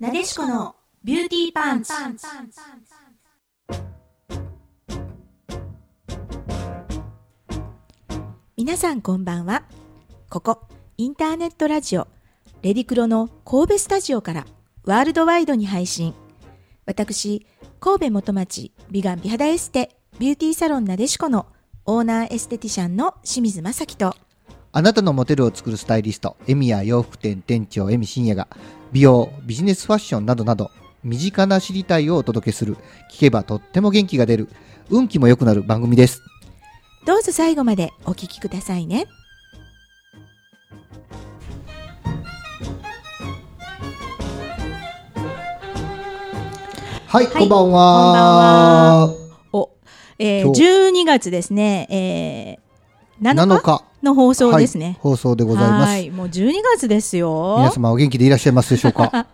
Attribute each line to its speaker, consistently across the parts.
Speaker 1: なでしこのビューティーパンチ。皆さんこんばんは。ここ、インターネットラジオ、レディクロの神戸スタジオからワールドワイドに配信。私、神戸元町美顔美肌エステビューティーサロンなでしこのオーナーエステティシャンの清水正樹と
Speaker 2: あなたのモテルを作るスタイリスト、エミや洋服店店長エミ深也が、美容、ビジネスファッションなどなど、身近な知りたいをお届けする、聞けばとっても元気が出る、運気も良くなる番組です。
Speaker 1: どうぞ最後までお聞きくださいね。
Speaker 2: は
Speaker 1: は
Speaker 2: い、
Speaker 1: い
Speaker 2: こんばんは。
Speaker 1: お、えー、
Speaker 2: 今日
Speaker 1: 12月ですね、えー、7
Speaker 2: 7
Speaker 1: 日
Speaker 2: 日、
Speaker 1: の放送です
Speaker 2: はい
Speaker 1: ね。
Speaker 2: 放送で
Speaker 1: は
Speaker 2: ございます。
Speaker 1: いもう12月ですよ。
Speaker 2: 皆様お元気でいらっしゃいますでしょ うか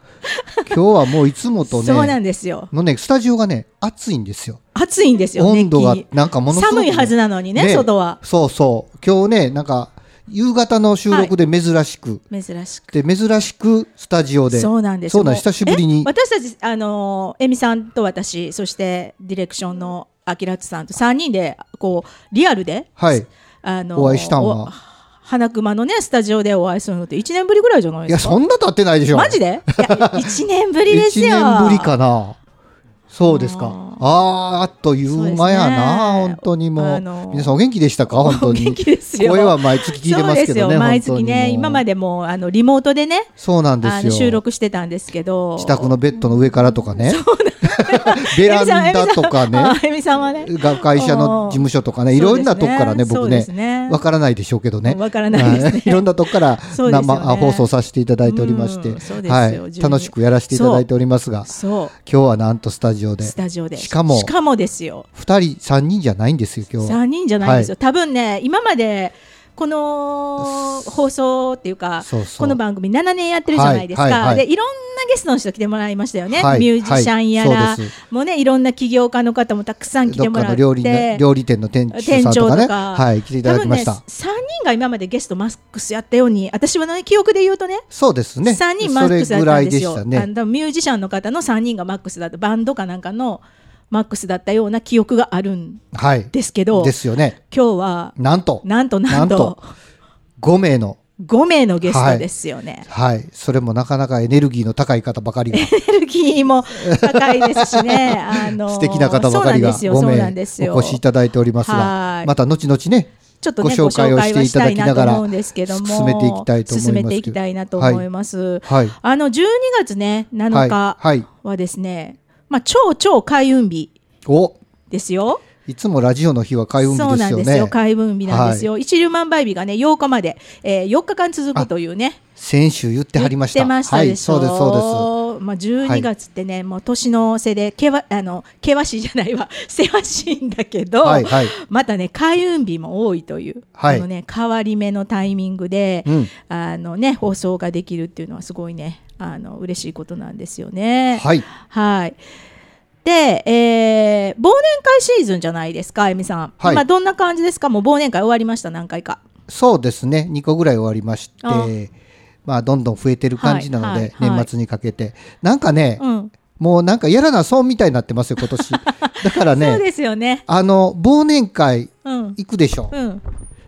Speaker 2: 今日はもういつもと
Speaker 1: そうな
Speaker 2: ね、
Speaker 1: んですよ。
Speaker 2: のね、スタジオがね、暑いんですよ。
Speaker 1: 暑いんですよ、
Speaker 2: 温度が
Speaker 1: 熱気
Speaker 2: なんかものすごく、
Speaker 1: 寒いはずなのにね、
Speaker 2: ね
Speaker 1: 外は。
Speaker 2: そうそう。今日ね、なんか、夕方の収録で珍しく、
Speaker 1: 珍しく。
Speaker 2: で珍しくスタジオで
Speaker 1: そうなんです
Speaker 2: そうなん
Speaker 1: も
Speaker 2: 久しぶり
Speaker 1: え
Speaker 2: に
Speaker 1: 私たち、あのー、えみさんと私、そしてディレクションのあきらつさんと3人で、こう、リアルで、
Speaker 2: はい
Speaker 1: あのー
Speaker 2: お会いしたんは
Speaker 1: お花熊のね、スタジオでお会いするのって1年ぶりぐらいじゃない
Speaker 2: い
Speaker 1: で
Speaker 2: や
Speaker 1: すか。
Speaker 2: そんな経ってないでしょ
Speaker 1: マジでいや ?1 年ぶりです
Speaker 2: 1
Speaker 1: よ。
Speaker 2: 年ぶりかなそうですか
Speaker 1: あ
Speaker 2: あーあっという間や
Speaker 1: そう
Speaker 2: な、
Speaker 1: ですね
Speaker 2: 本当にもう、
Speaker 1: あのー
Speaker 2: 皆さんお元気でしたか本当に
Speaker 1: お元気ですよ
Speaker 2: 声は毎月聞いてますけど
Speaker 1: そうです
Speaker 2: ね
Speaker 1: よ毎月ね今ま
Speaker 2: で
Speaker 1: でもうあのリモートでね
Speaker 2: そうなんで
Speaker 1: あ
Speaker 2: す
Speaker 1: の
Speaker 2: よ
Speaker 1: 収録してたんですけど
Speaker 2: 自宅のベッドの上からと かねベランダとか
Speaker 1: あ
Speaker 2: ね
Speaker 1: あゆみさんはね
Speaker 2: が会社の事務所 とかねいろんなとこからね
Speaker 1: そう
Speaker 2: 僕
Speaker 1: で
Speaker 2: ね
Speaker 1: すね
Speaker 2: わからないでしょうけどね。
Speaker 1: わからないですね
Speaker 2: はいいろんなとこから
Speaker 1: そうですよね
Speaker 2: 生、あ放送させていただいておりまし
Speaker 1: うん
Speaker 2: て、
Speaker 1: そうですよ
Speaker 2: はい、
Speaker 1: 12
Speaker 2: 楽しくやらせていただいておりますが、
Speaker 1: そ
Speaker 2: 今日はなんとスタジオ
Speaker 1: う
Speaker 2: で
Speaker 1: スタジオで
Speaker 2: しかも
Speaker 1: しかもですよ
Speaker 2: 二人三人じゃないんですよ今日は。
Speaker 1: 3人じゃないんですよ、多分ね今までこの放送っていうか
Speaker 2: そうそう
Speaker 1: この番組7年やってるじゃないですか、
Speaker 2: はいはいはい
Speaker 1: でいろんなゲストの人来てもらいましたよね、
Speaker 2: はい
Speaker 1: ミュージシャンやら、
Speaker 2: はいそうで
Speaker 1: もうねいろんな起業家の方もたくさん来
Speaker 2: ど
Speaker 1: て
Speaker 2: っ
Speaker 1: も
Speaker 2: から
Speaker 1: っ
Speaker 2: の
Speaker 1: て
Speaker 2: 料理ね料理店の店主さんと
Speaker 1: 店
Speaker 2: かね、
Speaker 1: 長とか
Speaker 2: はい来ていただきました。
Speaker 1: 多分ね、3人が今までゲストマックスやったように、私は、ね、記憶で言うとね、
Speaker 2: そうですね。
Speaker 1: 3人マックスだった
Speaker 2: それぐら
Speaker 1: ん
Speaker 2: い
Speaker 1: で
Speaker 2: ですし
Speaker 1: よ。
Speaker 2: た
Speaker 1: あ
Speaker 2: ね。
Speaker 1: の多分ミュージシャンの方の3人がマックスだった、バンドかなんかのマックスだったような記憶があるん
Speaker 2: はい。
Speaker 1: ですけど、
Speaker 2: ですよね。
Speaker 1: 今日は
Speaker 2: なんと
Speaker 1: なんとなん
Speaker 2: なん
Speaker 1: と
Speaker 2: と五名の
Speaker 1: 5名のゲストですよね。
Speaker 2: はいそれもなかなかエネルギーの高い方ばかりが
Speaker 1: エネルギーも高いですし ね、あの
Speaker 2: 素敵な方ばかりが
Speaker 1: そう
Speaker 2: 5
Speaker 1: な
Speaker 2: 名
Speaker 1: んですよ、
Speaker 2: お越しいただいております
Speaker 1: は
Speaker 2: が
Speaker 1: い、
Speaker 2: また後々ね、
Speaker 1: ちょっとね、ご
Speaker 2: ご
Speaker 1: 紹
Speaker 2: 紹
Speaker 1: 介
Speaker 2: 介
Speaker 1: を
Speaker 2: を
Speaker 1: し
Speaker 2: してて
Speaker 1: いただき
Speaker 2: いただき
Speaker 1: な
Speaker 2: な
Speaker 1: が
Speaker 2: が
Speaker 1: ら
Speaker 2: ら
Speaker 1: 進め
Speaker 2: 進め
Speaker 1: て
Speaker 2: て
Speaker 1: い
Speaker 2: い
Speaker 1: き
Speaker 2: き
Speaker 1: た
Speaker 2: た
Speaker 1: い
Speaker 2: い
Speaker 1: と
Speaker 2: と
Speaker 1: 思
Speaker 2: 思
Speaker 1: います。
Speaker 2: いますけど
Speaker 1: あの12月ね7
Speaker 2: はい
Speaker 1: 日
Speaker 2: はい
Speaker 1: はですね、まあ超超開運日
Speaker 2: お
Speaker 1: ですよ。
Speaker 2: いつもラジオの日は開運
Speaker 1: そう
Speaker 2: 日で
Speaker 1: な
Speaker 2: す
Speaker 1: ん
Speaker 2: よ
Speaker 1: ですよ。
Speaker 2: ね。
Speaker 1: 開運日なんですよ。一粒万倍日がね8日まで、えー、4日間続くというね。
Speaker 2: 先週言ってはりました。
Speaker 1: 言ってました
Speaker 2: は
Speaker 1: で
Speaker 2: い、
Speaker 1: しょ
Speaker 2: そうですそう
Speaker 1: まあ12月ってね、もう年の瀬でけわあの険しいじゃないわ せわしいんだけど、
Speaker 2: はいはい
Speaker 1: またね開運日も多いという、
Speaker 2: はい
Speaker 1: あのね変わり目のタイミングで、
Speaker 2: うん
Speaker 1: あのね放送ができるっていうのはすごいねあの嬉しいことなんですよね。
Speaker 2: です。はい、
Speaker 1: はいで、えー忘年会シーズンじゃないですか、えみさん。
Speaker 2: はい
Speaker 1: 今どんな感じですか、もう忘年会終わりました、何回か。
Speaker 2: そうですね。2個ぐらい終わりまし
Speaker 1: あ
Speaker 2: て、まあどんどん増えてる感じなの
Speaker 1: はい
Speaker 2: で
Speaker 1: はいはい
Speaker 2: 年末にかけてなんかね、
Speaker 1: うん、
Speaker 2: もうなんかやらな損みたいになってますよ今年。だから
Speaker 1: そう
Speaker 2: ね、
Speaker 1: ですよね。
Speaker 2: あの忘年会
Speaker 1: うん、
Speaker 2: 行くでしょ。
Speaker 1: うん、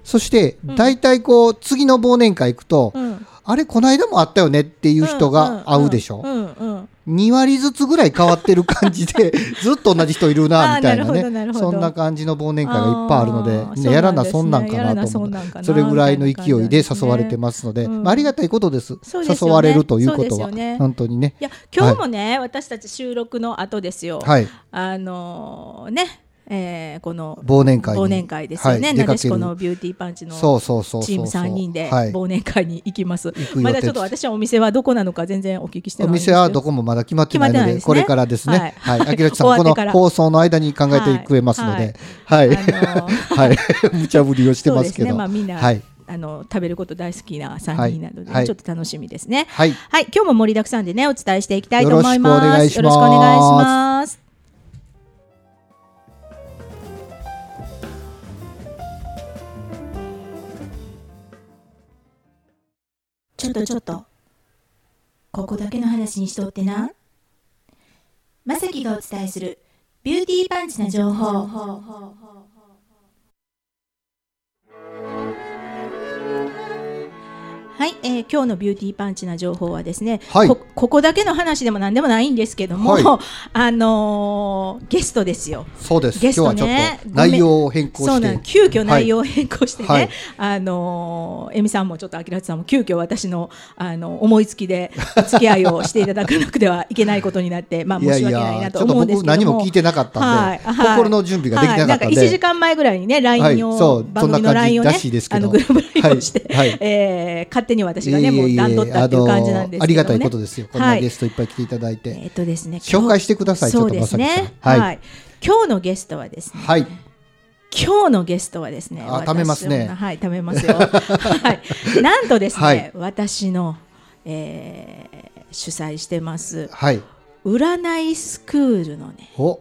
Speaker 2: そして大体こう次の忘年会行くと、
Speaker 1: うん。
Speaker 2: あれこの間もあったよねっていう人が会うでしょ、
Speaker 1: うんうんうん
Speaker 2: 2割ずつぐらい変わってる感 じでずっと同じ人いるなみたい
Speaker 1: あーなるほどな
Speaker 2: な
Speaker 1: る
Speaker 2: ね
Speaker 1: ほど
Speaker 2: そんな感じの忘年会がいっぱいある
Speaker 1: あ
Speaker 2: ので
Speaker 1: ー
Speaker 2: みん
Speaker 1: そうなんですね
Speaker 2: なやらなそんなんかなと思
Speaker 1: やらなそんなんか
Speaker 2: う
Speaker 1: な
Speaker 2: それぐらいの勢いで誘われてますの
Speaker 1: み
Speaker 2: で、
Speaker 1: たいな感じなんですねうん
Speaker 2: まあ、ありがたいことです
Speaker 1: そうですよね
Speaker 2: 誘われるということ
Speaker 1: そう
Speaker 2: は、
Speaker 1: ですよね
Speaker 2: 本当にね
Speaker 1: いや今日もね、私たち収録の後ですよ、
Speaker 2: はい
Speaker 1: あのーね、えーこの
Speaker 2: 忘年会に
Speaker 1: 忘年会ですよね、
Speaker 2: はい出
Speaker 1: な
Speaker 2: か
Speaker 1: でし
Speaker 2: け
Speaker 1: こ
Speaker 2: る
Speaker 1: のビューティーパンチの
Speaker 2: そうそうそうそう
Speaker 1: チーム3人で
Speaker 2: はい、
Speaker 1: 忘年会に行きます、
Speaker 2: く予定
Speaker 1: まだちょっと私はお店はどこなのか全然お聞きしてな
Speaker 2: お
Speaker 1: いんですけ
Speaker 2: 店
Speaker 1: ど
Speaker 2: はどこもまだ決まってない
Speaker 1: 決まってな
Speaker 2: ので
Speaker 1: いですね
Speaker 2: これからですね
Speaker 1: は
Speaker 2: はいい、あきらちさ
Speaker 1: 終
Speaker 2: んこ
Speaker 1: わっ
Speaker 2: の
Speaker 1: てから
Speaker 2: 放送の間に考えてくれますのではい、
Speaker 1: い
Speaker 2: はいはい無茶ぶりを してます
Speaker 1: そ
Speaker 2: け
Speaker 1: うですね、
Speaker 2: ど
Speaker 1: まあ、みんな、
Speaker 2: はい
Speaker 1: あの食べること大好きな3人なのでね、
Speaker 2: はい
Speaker 1: ちょっと楽しみですね。
Speaker 2: はい
Speaker 1: 今日も盛りだくさんでねお伝えしていきたいと思います。
Speaker 2: よろしくお願いします
Speaker 1: よろくお願いしますちょっとちょっとここだけの話にしとってな。まさきがお伝えするビューティーパンチな情報。はい、えー今日のビューティーパンチな情報はですね、
Speaker 2: はい
Speaker 1: こここだけの話でも何でもないんですけども、
Speaker 2: はい
Speaker 1: あのーゲストですよ。
Speaker 2: そうです、
Speaker 1: ゲ
Speaker 2: 今
Speaker 1: ス
Speaker 2: 日
Speaker 1: ト
Speaker 2: は
Speaker 1: ね
Speaker 2: ちょっと内容を変更
Speaker 1: そう
Speaker 2: し
Speaker 1: な
Speaker 2: て
Speaker 1: ん急遽内容を変更してね、
Speaker 2: はい
Speaker 1: あのー、えみさんもちょっとあきらつさんも急遽私のあの思いつきでお付き合いをしていただかなくてはいけないことになって、まあ申し訳ないなと
Speaker 2: ちょっと
Speaker 1: 思うんです
Speaker 2: 僕
Speaker 1: けども。
Speaker 2: 何も聞いてなかったんで、
Speaker 1: はいはい
Speaker 2: 心の準備ができなかったん
Speaker 1: はい、
Speaker 2: で、
Speaker 1: なんか1時間前ぐらいにね、LINE を、
Speaker 2: はいそう
Speaker 1: 番組の LINE を
Speaker 2: そんな
Speaker 1: ね
Speaker 2: 感じらしいです、け
Speaker 1: あ
Speaker 2: ど
Speaker 1: のグループ LINE をして、
Speaker 2: はいはい
Speaker 1: えー勝手に私がね、
Speaker 2: いえいえいえ
Speaker 1: もう段取ったっていう感じなんですけど、ね
Speaker 2: あのありがたいことですよ、こんなゲ
Speaker 1: ス
Speaker 2: ストいっぱい来ていただいて、
Speaker 1: はい、えっとですね、
Speaker 2: 紹介してください
Speaker 1: 今日そうです
Speaker 2: ちょっとまさ
Speaker 1: ね
Speaker 2: き。さん
Speaker 1: は、
Speaker 2: はいい
Speaker 1: 今日のゲストはですね、
Speaker 2: はい、
Speaker 1: 今日のゲストはですね、
Speaker 2: あ貯めますね
Speaker 1: 私のはい、貯めます よ。はい、なんとですね、
Speaker 2: はい
Speaker 1: 私の、えー主催してます
Speaker 2: はい、
Speaker 1: 占いスクールのね
Speaker 2: お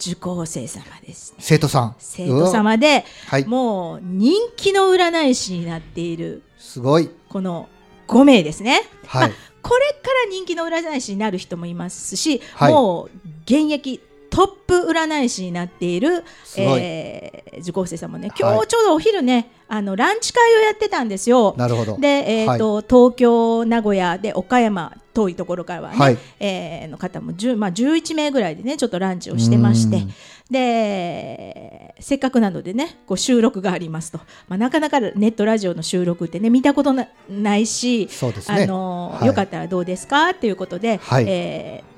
Speaker 1: 受講生様ですね。
Speaker 2: 生徒さん、
Speaker 1: 生徒様で、
Speaker 2: うわ、はい、
Speaker 1: もう人気の占い師になっている
Speaker 2: すごい、
Speaker 1: この5名ですね。
Speaker 2: はい、
Speaker 1: これから人気の占い師になる人もいますし、
Speaker 2: はい
Speaker 1: もう現役トップ占い師になっている
Speaker 2: すごい、
Speaker 1: えー受講生さんもね
Speaker 2: はい
Speaker 1: 今日ちょうどお昼ね、あのランチ会をやってたんですよ。
Speaker 2: なるほど、
Speaker 1: で、えーと東京、名古屋で岡山遠いところからはね、
Speaker 2: はい、
Speaker 1: えーの方も10、まあ、11名ぐらいでねちょっとランチをしてまして
Speaker 2: うん
Speaker 1: でせっかくなのでねこう収録がありますと、まあ、なかなかネットラジオの収録ってね見たことなないし、
Speaker 2: そうです
Speaker 1: あ
Speaker 2: ね、
Speaker 1: のー
Speaker 2: はい
Speaker 1: よかったらどうですかっていうことで、
Speaker 2: はい
Speaker 1: えー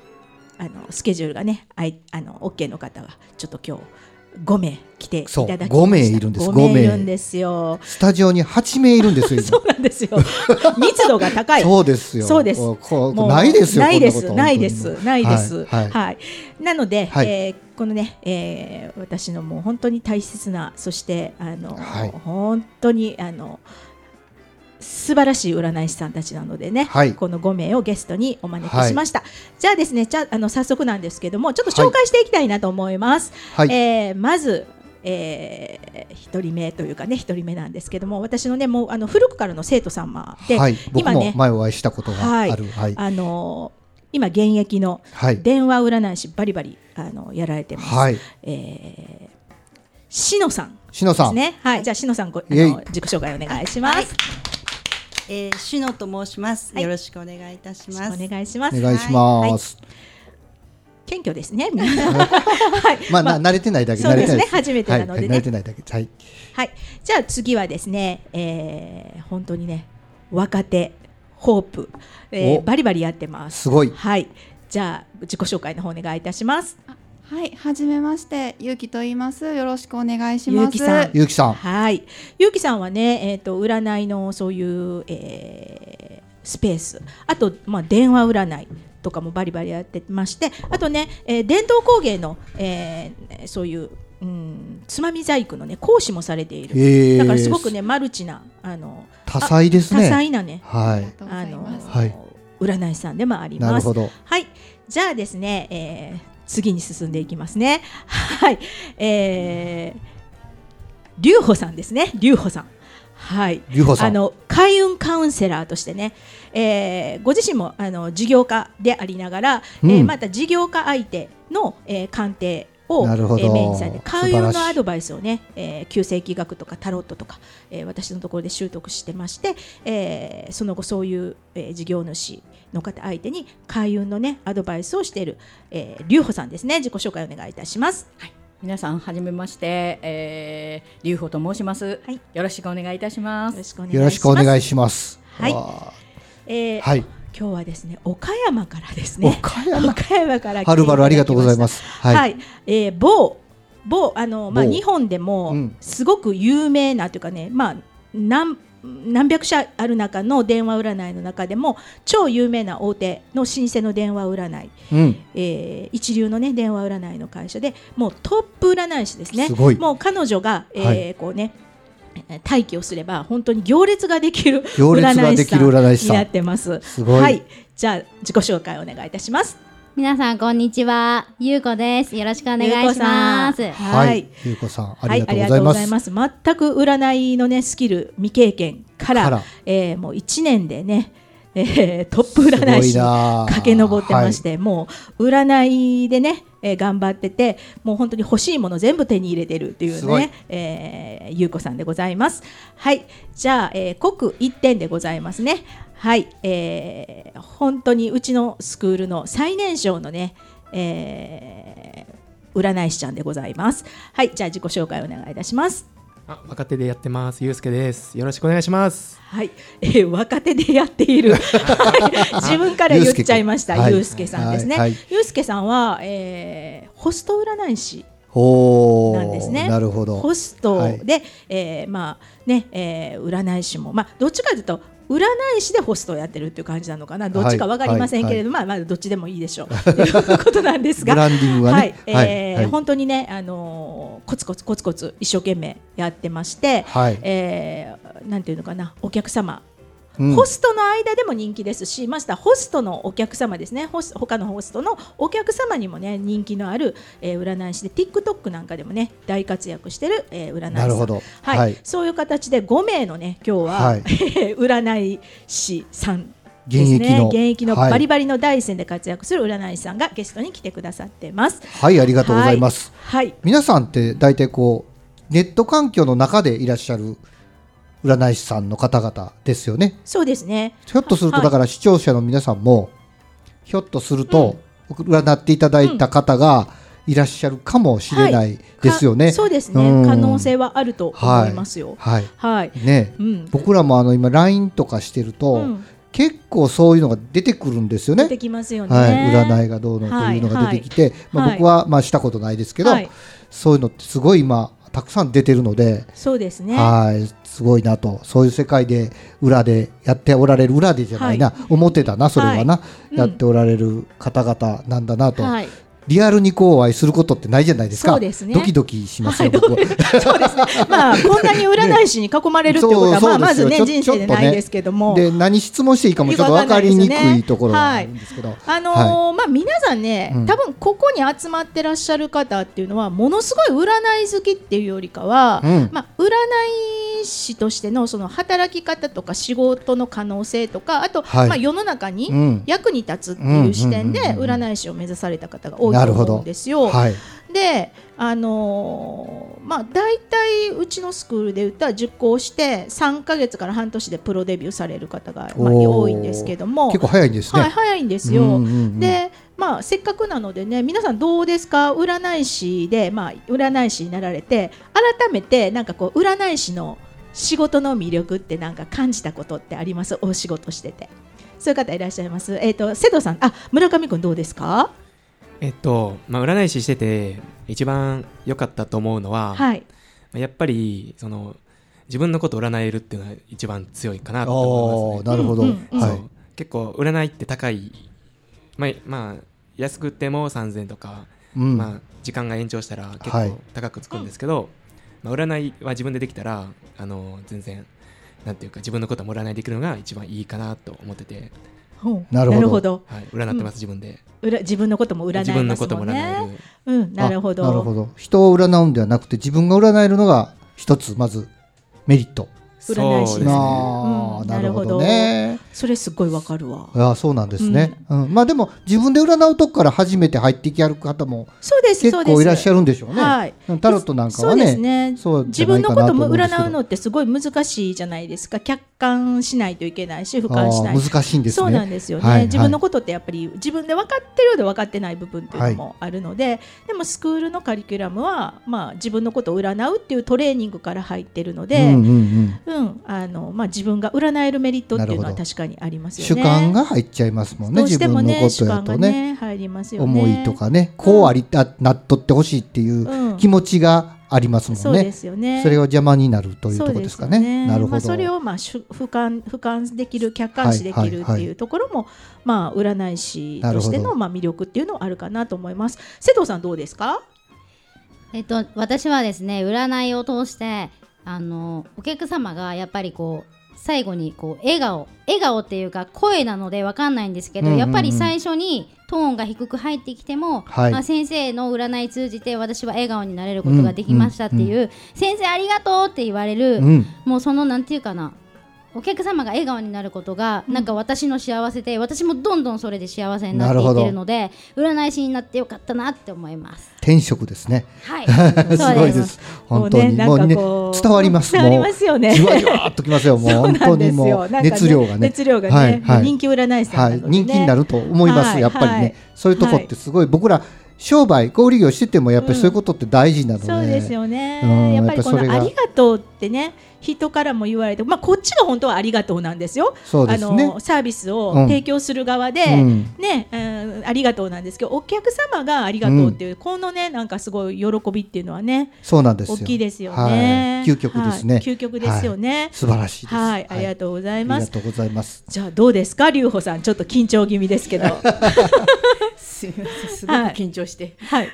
Speaker 1: あのスケジュールがねあいあの OK の方はちょっと今日5名来ていた
Speaker 2: そう
Speaker 1: だきました
Speaker 2: 5名いるんです
Speaker 1: 5
Speaker 2: 5
Speaker 1: 名
Speaker 2: 名
Speaker 1: いるんですよ
Speaker 2: スタジオに8名いるんですよ、今
Speaker 1: そうなんですよ 密度が高い
Speaker 2: そうですよ、
Speaker 1: そうです
Speaker 2: おこ
Speaker 1: もう
Speaker 2: ないですよ、
Speaker 1: ないで
Speaker 2: こん
Speaker 1: す、
Speaker 2: こと
Speaker 1: ないです、ないです。
Speaker 2: は
Speaker 1: はいい、
Speaker 2: は
Speaker 1: なので、
Speaker 2: はい
Speaker 1: えーこのね、えー私のもう本当に大切な、そして、あの、
Speaker 2: はい
Speaker 1: 本当に、あの。素晴らしい占い師さんたちなのでね、
Speaker 2: はい
Speaker 1: この5名をゲストにお招
Speaker 2: は
Speaker 1: き
Speaker 2: い
Speaker 1: しました。じゃあですね、じゃああの早速なんですけども、ちょっと紹介していきたいなと思います。
Speaker 2: はい
Speaker 1: えーまず、えー、1人目というかね、1人目なんですけども、私のね、もうあの古くからの生徒様で、
Speaker 2: はい、僕
Speaker 1: 今
Speaker 2: も
Speaker 1: ね、
Speaker 2: 前お会いしたことがある、はい、
Speaker 1: あの今現役の
Speaker 2: はい、
Speaker 1: 電話占い師バリバリあのやられてます。
Speaker 2: はい、
Speaker 1: えー、しのさんで
Speaker 2: しのさ
Speaker 1: す
Speaker 2: ん、
Speaker 1: ね。はい、じゃあしのさんごあ
Speaker 2: イエイ
Speaker 1: の自己紹介お願いします。
Speaker 3: はいえー、しのと申します、
Speaker 1: はい
Speaker 3: よろしくお願いいたします。
Speaker 1: お願いしま
Speaker 2: お
Speaker 1: す。
Speaker 2: 願い します。
Speaker 1: 謙虚ですね。みんな はい。
Speaker 2: まあ、な慣れてないだけ、
Speaker 1: そう
Speaker 2: 慣れ
Speaker 1: で
Speaker 2: て
Speaker 1: す
Speaker 2: ない
Speaker 1: ね。初めてなので
Speaker 2: はいはい、慣れ
Speaker 1: ね。
Speaker 2: てないだけ、はい、
Speaker 1: はい。じゃあ次はですね、えー、本当にね若手ホープ、え
Speaker 2: お
Speaker 1: ー、バリバリやってます。
Speaker 2: すごい、
Speaker 1: はい。じゃあ自己紹介の方お願いいたします。
Speaker 4: はい、はじめまして、ゆうきと言います。よろしくお願いし
Speaker 1: ゆ
Speaker 4: ま
Speaker 1: う
Speaker 4: す。
Speaker 1: きさん
Speaker 2: ゆうきさん、
Speaker 1: はい、ゆうきさんはね、えっ、と占いのそういう、えースペース、あとまあ電話占いとかもバリバリやってまして、あとね、えー伝統工芸の、えーそういう、うん、つまみ細工のね講師もされている。
Speaker 2: えー
Speaker 1: だからすごくねマルチなあの
Speaker 2: 多彩ですね。
Speaker 1: 多彩なね、
Speaker 4: あ
Speaker 2: は
Speaker 4: りが
Speaker 2: い、
Speaker 4: とうござ
Speaker 1: あ
Speaker 4: い
Speaker 1: の
Speaker 4: ます。
Speaker 2: はい
Speaker 1: 占い師さんでもあり
Speaker 2: な
Speaker 1: ま
Speaker 2: る
Speaker 1: す
Speaker 2: ほ。ど、
Speaker 1: はい、じゃあですね、えー次に進んでいきますね。 はい、えー、龍穂さんですね、龍穂さん。はい。
Speaker 2: りゅうほさ
Speaker 1: あ
Speaker 2: ん、
Speaker 1: の開運カウンセラーとしてね、えーご自身もあの事業家でありながら、
Speaker 2: うん
Speaker 1: えーまた事業家相手の、えー鑑定を、え
Speaker 2: なるほど
Speaker 1: ーメインにされて開運
Speaker 2: 素晴らしい
Speaker 1: のアドバイスをね、えー旧世紀学とかタロットとか、えー私のところで習得してまして、えーその後そういう、えー事業主の方相手に開運のねアドバイスをしている、えー、リュウホさんですね自己紹介お願いいたします。
Speaker 5: 皆さんはじめまして、えー、リュウホと申します、
Speaker 1: はい
Speaker 5: よろしくお願いいたしま
Speaker 1: よ
Speaker 5: す
Speaker 1: ろしくお願いします。
Speaker 2: よろしくお願いします。
Speaker 1: はい
Speaker 2: わ
Speaker 1: えー
Speaker 2: ーはい、
Speaker 1: 今日はですね岡山からですね
Speaker 2: 岡山
Speaker 1: 岡山から来ていただきました
Speaker 2: はるばるありがとうございます。
Speaker 1: は、
Speaker 2: はいい、
Speaker 1: えー某某あのまあ
Speaker 2: 某
Speaker 1: 日本で
Speaker 2: う
Speaker 1: も
Speaker 2: ん
Speaker 1: すごく有名なというかね、まあ何何百社ある中の電話占いの中でも超有名な大手の老舗の電話占い、
Speaker 2: うん、
Speaker 1: えー一流のね電話占いの会社でもうトップ占い師ですね
Speaker 2: すごい
Speaker 1: もう彼女が、えー
Speaker 2: はい
Speaker 1: こうねえー待機をすれば本当に行列ができる
Speaker 2: 行列ができる占い師
Speaker 1: に
Speaker 2: さ
Speaker 1: なっ
Speaker 2: ん、
Speaker 1: てます。
Speaker 2: すごい
Speaker 1: はい、じゃあ自己紹介お願いいたします。
Speaker 6: 皆さんこんにちは、ゆうこです。よろしくお願いします。
Speaker 1: ゆうこさん
Speaker 2: は
Speaker 1: はいい、
Speaker 2: ゆうこさん、あ
Speaker 1: は
Speaker 2: り
Speaker 1: い
Speaker 2: がとうございま
Speaker 1: あり
Speaker 2: す。
Speaker 1: がとうございます全く占いのねスキル未経験から
Speaker 2: から
Speaker 1: えーもう1年でねえートップ
Speaker 2: すご
Speaker 1: 占い
Speaker 2: い
Speaker 1: 師に
Speaker 2: な
Speaker 1: 駆け上ってまして、もう占いでね、えー頑張っててもう本当に欲しいもの全部手に入れてるってい
Speaker 2: す
Speaker 1: う
Speaker 2: ごい
Speaker 1: ね、えー、ゆうこさんでございますはいじゃあ、えー、刻一点でございますねはい、えー、本当にうちのスクールの最年少のね、えー、占い師ちゃんでございますはいじゃあ自己紹介お願いいたします
Speaker 7: あ若手でやってますゆうすけですよろしくお願いします
Speaker 1: はい、えー若手でやってい る、はい自分から言っちゃいました
Speaker 2: はい
Speaker 1: ゆうすけさんですね、
Speaker 2: はいはい
Speaker 1: ゆうすけさんは、えーホスト占い師
Speaker 2: ほー
Speaker 1: なんですね
Speaker 2: なるほど
Speaker 1: ホスト
Speaker 2: はい
Speaker 1: で、えーまあね、えー占い師もまあどっちかというと占い師でホストをやってるっていう感じなのかなどっちかわかりませんけれども、まあまあどっちでもいいでしょう ということなんです
Speaker 2: ブ
Speaker 1: が
Speaker 2: ランディングは
Speaker 1: は
Speaker 2: ね
Speaker 1: い、えー
Speaker 2: はい
Speaker 1: 本当にね、あのーコツコツコツコツ一生懸命やってまして、
Speaker 2: はい
Speaker 1: えーなんていうのかなお客様
Speaker 2: うん
Speaker 1: ホストの間でも人気ですし、ましたホストのお客様ですね、ホス他のホストのお客様にもね人気のある、えー占い師で、TikTok なんかでもね大活躍してる、えー占い師さん
Speaker 2: なるほど
Speaker 1: はい、
Speaker 2: はい
Speaker 1: そういう形で5名のね今日は、
Speaker 2: はい
Speaker 1: 占い師さん
Speaker 2: 現
Speaker 1: です
Speaker 2: 役
Speaker 1: ね
Speaker 2: の
Speaker 1: 現役の
Speaker 2: はい
Speaker 1: バリバリの第一線で活躍する占い師さんがゲストに来てくださってます。
Speaker 2: はいありがとうございます、
Speaker 1: はい、はい
Speaker 2: 皆さんって大体こうネット環境の中でいらっしゃる占い師さんの方々ですよね
Speaker 1: そうですね。
Speaker 2: ひょっとすると
Speaker 1: はい
Speaker 2: だから視聴者の皆さんもひょっとすると占っていただいた方がいらっしゃるかもしれないですよね、
Speaker 1: かそうですね、
Speaker 2: うん
Speaker 1: 可能性はあると思いますよ。
Speaker 2: はい
Speaker 1: はい、
Speaker 2: ね
Speaker 1: うん、
Speaker 2: 僕らもあの今 LINE とかしてると、
Speaker 1: うん
Speaker 2: 結構そういうのが出てくるんですよね
Speaker 1: 出てきますよね。
Speaker 2: はい、占いがどうのというのが出てきて、まあ、
Speaker 1: はい
Speaker 2: 僕はまあしたことないですけど、
Speaker 1: はい
Speaker 2: そういうのってすごい今たくさん出てるので、
Speaker 1: そうですね。
Speaker 2: はいすごいなとそういう世界で裏でやっておられる裏でじゃないな、表だなそれはな、
Speaker 1: い
Speaker 2: やっておられる方々なんだなと、
Speaker 6: はい。
Speaker 2: リアルにこうお会いすることってないじゃないですか
Speaker 1: そうですね
Speaker 2: ドキドキしますよ、
Speaker 1: はい
Speaker 2: 僕は。
Speaker 1: そうですね。まあこんなに占い師に囲まれるってことは、
Speaker 2: ねそう
Speaker 1: まあまずね
Speaker 2: そうですよ
Speaker 1: 人
Speaker 2: ち
Speaker 1: 生で
Speaker 2: ょ
Speaker 1: ないですけども。
Speaker 2: で何質問していいかもちょっと分かりにくいところがあるんですけど、
Speaker 1: あのー
Speaker 2: は
Speaker 1: まあ皆さんね、
Speaker 2: うん
Speaker 1: 多分ここに集まってらっしゃる方っていうのはものすごい占い好きっていうよりかは、
Speaker 2: うん
Speaker 1: まあ占い師としてのその働き方とか仕事の可能性とかあと、
Speaker 2: はい
Speaker 1: まあ世の中に
Speaker 2: うん
Speaker 1: 役に立つっていう視点で
Speaker 2: うんうんうんうん
Speaker 1: 占い師を目指された方が多いと思うんですよ。
Speaker 2: はい、
Speaker 1: であのーまあ大体うちのスクールで言ったら受講して3か月から半年でプロデビューされる方が、まあ、
Speaker 2: おー
Speaker 1: 多いんですけども
Speaker 2: 結構早いんですね。
Speaker 1: はい、早いんですよ。
Speaker 2: うんうんうん
Speaker 1: でまあ、せっかくなのでね皆さんどうですか占い師で、まあ、占い師になられて改めてなんかこう占い師の仕事の魅力ってなんか感じたことってありますお仕事しててそういう方いらっしゃいますえっ、と瀬戸さんあ村上君どうですか
Speaker 8: えっと、まあ、占い師してて一番良かったと思うのは、
Speaker 1: はい
Speaker 8: まあやっぱりその自分のことを占えるっていうのは一番強いかなと
Speaker 2: お
Speaker 8: 思
Speaker 2: おー
Speaker 8: います、ね
Speaker 2: なるほど、
Speaker 1: うんうんうん
Speaker 2: は
Speaker 8: そう
Speaker 2: い
Speaker 8: 結構占いって高い、まあまあ、安くても3000とか、
Speaker 2: うん
Speaker 8: まあ、時間が延長したら結
Speaker 2: はい
Speaker 8: 構高くつくんですけど、まあ、占いは自分でできたらあの全然なんていうか自分のことも占いできるのが一番いいかなと思ってて、
Speaker 1: ほう
Speaker 2: なるほど
Speaker 8: はい、占ってます、自分で
Speaker 1: 占自分のことも占います
Speaker 8: 自
Speaker 1: もん
Speaker 8: 分
Speaker 1: ね
Speaker 8: のことも占える
Speaker 1: うん、なるほど。
Speaker 2: あなるほど人を占うんではなくて自分が占えるのが一つまずメリット
Speaker 8: そうです
Speaker 1: 占い師
Speaker 8: ね
Speaker 2: あー
Speaker 1: うん
Speaker 2: なるほどね
Speaker 1: それすごいわかるわ。
Speaker 2: あーそうなんですね、うんまあでも自分で占うとこから初めて入ってきはる方も
Speaker 1: そうです、
Speaker 2: 結
Speaker 1: そうです。
Speaker 2: 構いらっしゃるんでしょうね、
Speaker 1: はい
Speaker 2: タロットなんかは
Speaker 1: そうで
Speaker 2: ね
Speaker 1: すね
Speaker 2: そうじ
Speaker 1: 自
Speaker 2: ゃ
Speaker 1: 分
Speaker 2: ない
Speaker 1: の
Speaker 2: か
Speaker 1: こ
Speaker 2: な
Speaker 1: と
Speaker 2: 思
Speaker 1: も
Speaker 2: うんですけど
Speaker 1: 占うのってすごい難しいじゃないですか。客観しないといけないし、俯瞰しない
Speaker 2: あ。ー難しいんですね
Speaker 1: そうなんですよね、
Speaker 2: はいはい
Speaker 1: 自分のことってやっぱり自分で分かってるようで分かってない部分っていうのもあるので、でもスクールのカリキュラムは、まあ、自分のことを占うっていうトレーニングから入ってるので、
Speaker 2: うんうんうん
Speaker 1: うんあのまあ、自分が占えるメリットっていうのは
Speaker 2: なるほど
Speaker 1: 確かにありますよ
Speaker 2: 主
Speaker 1: ね。
Speaker 2: 観が入っちゃいますもんね
Speaker 1: どうし
Speaker 2: 自
Speaker 1: て
Speaker 2: 分
Speaker 1: も
Speaker 2: の
Speaker 1: ね
Speaker 2: ことやと
Speaker 1: 主観
Speaker 2: ね
Speaker 1: がね入りますよね
Speaker 2: 思いとかねこうありたなっとってほしいっていう
Speaker 1: うん
Speaker 2: 気持ちがありますもんね、
Speaker 1: そうですよね
Speaker 2: それが邪魔になるというところですかね。
Speaker 1: そうよ
Speaker 2: なるほど、
Speaker 1: まあ、それをまあ主俯瞰俯瞰できる客観視できるって
Speaker 2: はいはい
Speaker 1: い
Speaker 2: は
Speaker 1: うところも、まあ占い師として
Speaker 2: なるほ
Speaker 1: の
Speaker 2: ど
Speaker 1: まあ魅力っていうのはあるかなと思います。瀬戸さんどうですか？
Speaker 6: えっと、私はですね、占いを通して、あの、お客様がやっぱりこう、最後にこう笑顔笑顔っていうか声なのでわかんないんですけど、
Speaker 2: うんうんうん
Speaker 6: やっぱり最初にトーンが低く入ってきても、
Speaker 2: はい
Speaker 6: あ先生の占い通じて私は笑顔になれることができましたっていう、
Speaker 2: うん
Speaker 6: 先生ありがとうって言われる、
Speaker 2: うん、
Speaker 6: もうそのなんていうかなお客様が笑顔になることが、なんか私の幸せで私もどんどんそれで幸せになっていってるので占い師になってよかったなって思います
Speaker 2: 転職ですね。
Speaker 6: はい
Speaker 2: すごいです。本当に。も
Speaker 1: も
Speaker 2: う
Speaker 1: うね なんか
Speaker 2: ね、伝
Speaker 1: こう
Speaker 2: わります。
Speaker 1: 伝わり
Speaker 2: もう
Speaker 1: ま。すよね
Speaker 2: じわじわーっときますよ。も う
Speaker 1: そう
Speaker 2: 本
Speaker 1: な
Speaker 2: 当
Speaker 1: んで
Speaker 2: に
Speaker 1: す
Speaker 2: も
Speaker 1: よ
Speaker 2: う熱量がね。
Speaker 1: 熱量がね、
Speaker 2: はいはい
Speaker 1: 人気占い師さん
Speaker 2: は、
Speaker 1: ないので、ね
Speaker 2: 人気になると思います、
Speaker 1: はい
Speaker 2: やっぱりね、
Speaker 1: はい
Speaker 2: そういうとこってすごい、僕ら商売小売業しててもやっぱりそういうことって大事なので、
Speaker 1: そうですよね、
Speaker 2: うん
Speaker 1: やっぱりこの
Speaker 2: やっぱそれが
Speaker 1: ありがとうってね人からも言われて、まあ、こっちが本当はありがとうなんですよ
Speaker 2: そうですね
Speaker 1: あのサービスを
Speaker 2: うん
Speaker 1: 提供する側で、
Speaker 2: うん
Speaker 1: ねうんありがとうなんですけどお客様がありがとうっていう、このねなんかすごい喜びっていうのはね
Speaker 2: そうなんですよ
Speaker 1: 大きいですよ
Speaker 2: はい
Speaker 1: ね、
Speaker 2: 究極ですね、
Speaker 1: はい究極ですよ
Speaker 2: は
Speaker 1: ね
Speaker 2: い素晴らしいです
Speaker 1: はい、ありがとうございます、
Speaker 2: ありがとうございます
Speaker 1: じゃあどうですか龍穂さんちょっと緊張気味です けどは
Speaker 5: すみません、 すごく緊張して。
Speaker 1: い
Speaker 5: はい、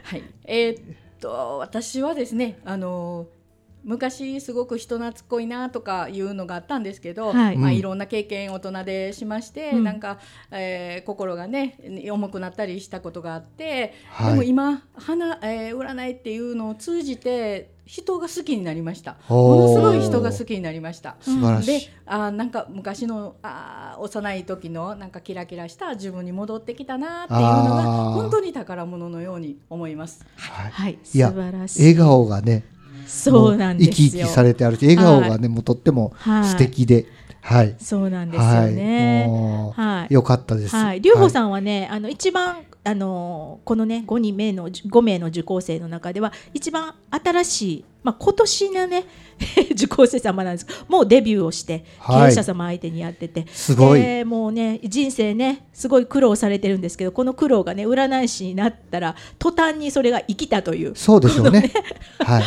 Speaker 5: えーっと、私はですね、あのー昔すごく人懐っこいなとかいうのがあったんですけど、
Speaker 1: はい
Speaker 5: まあ、
Speaker 2: うん
Speaker 5: いろんな経験大人でしまして、
Speaker 1: うん
Speaker 5: なんか、えー心がね重くなったりしたことがあって、
Speaker 2: はい
Speaker 5: でも今花、えー占いっていうのを通じて人が好きになりましたも
Speaker 2: おー
Speaker 5: のすごい人が好きになりました。
Speaker 2: 素晴らし
Speaker 5: で
Speaker 2: い、
Speaker 5: あーなんか昔のあー幼い時のなんかキラキラした自分に戻ってきたなっていうのが
Speaker 2: あー
Speaker 5: 本当に宝物のように思います。
Speaker 2: はい
Speaker 1: はい素
Speaker 2: いや
Speaker 1: 晴らしい
Speaker 2: 笑顔がね
Speaker 1: そうなんですよ
Speaker 2: もう生き生きされてあるし笑顔がね、もうとっても
Speaker 1: はい
Speaker 2: 素敵ではい
Speaker 1: そうなんですよ
Speaker 2: はい、
Speaker 1: ね。
Speaker 2: もう
Speaker 1: はい。
Speaker 2: よかったです
Speaker 1: はい。龍穂
Speaker 2: ん、
Speaker 1: さんはね、あの一番あのこのね5人名の5名の受講生の中では一番新しいまあ今年のね 受講生様なんですけど。もうデビューをして経
Speaker 2: はい
Speaker 1: 営者様相手にやってて。
Speaker 2: すごい
Speaker 1: でもうね人生ねすごい苦労されてるんですけどこの苦労がね占い師になったら途端にそれが生きたという。
Speaker 2: そうでしょうね。 はい。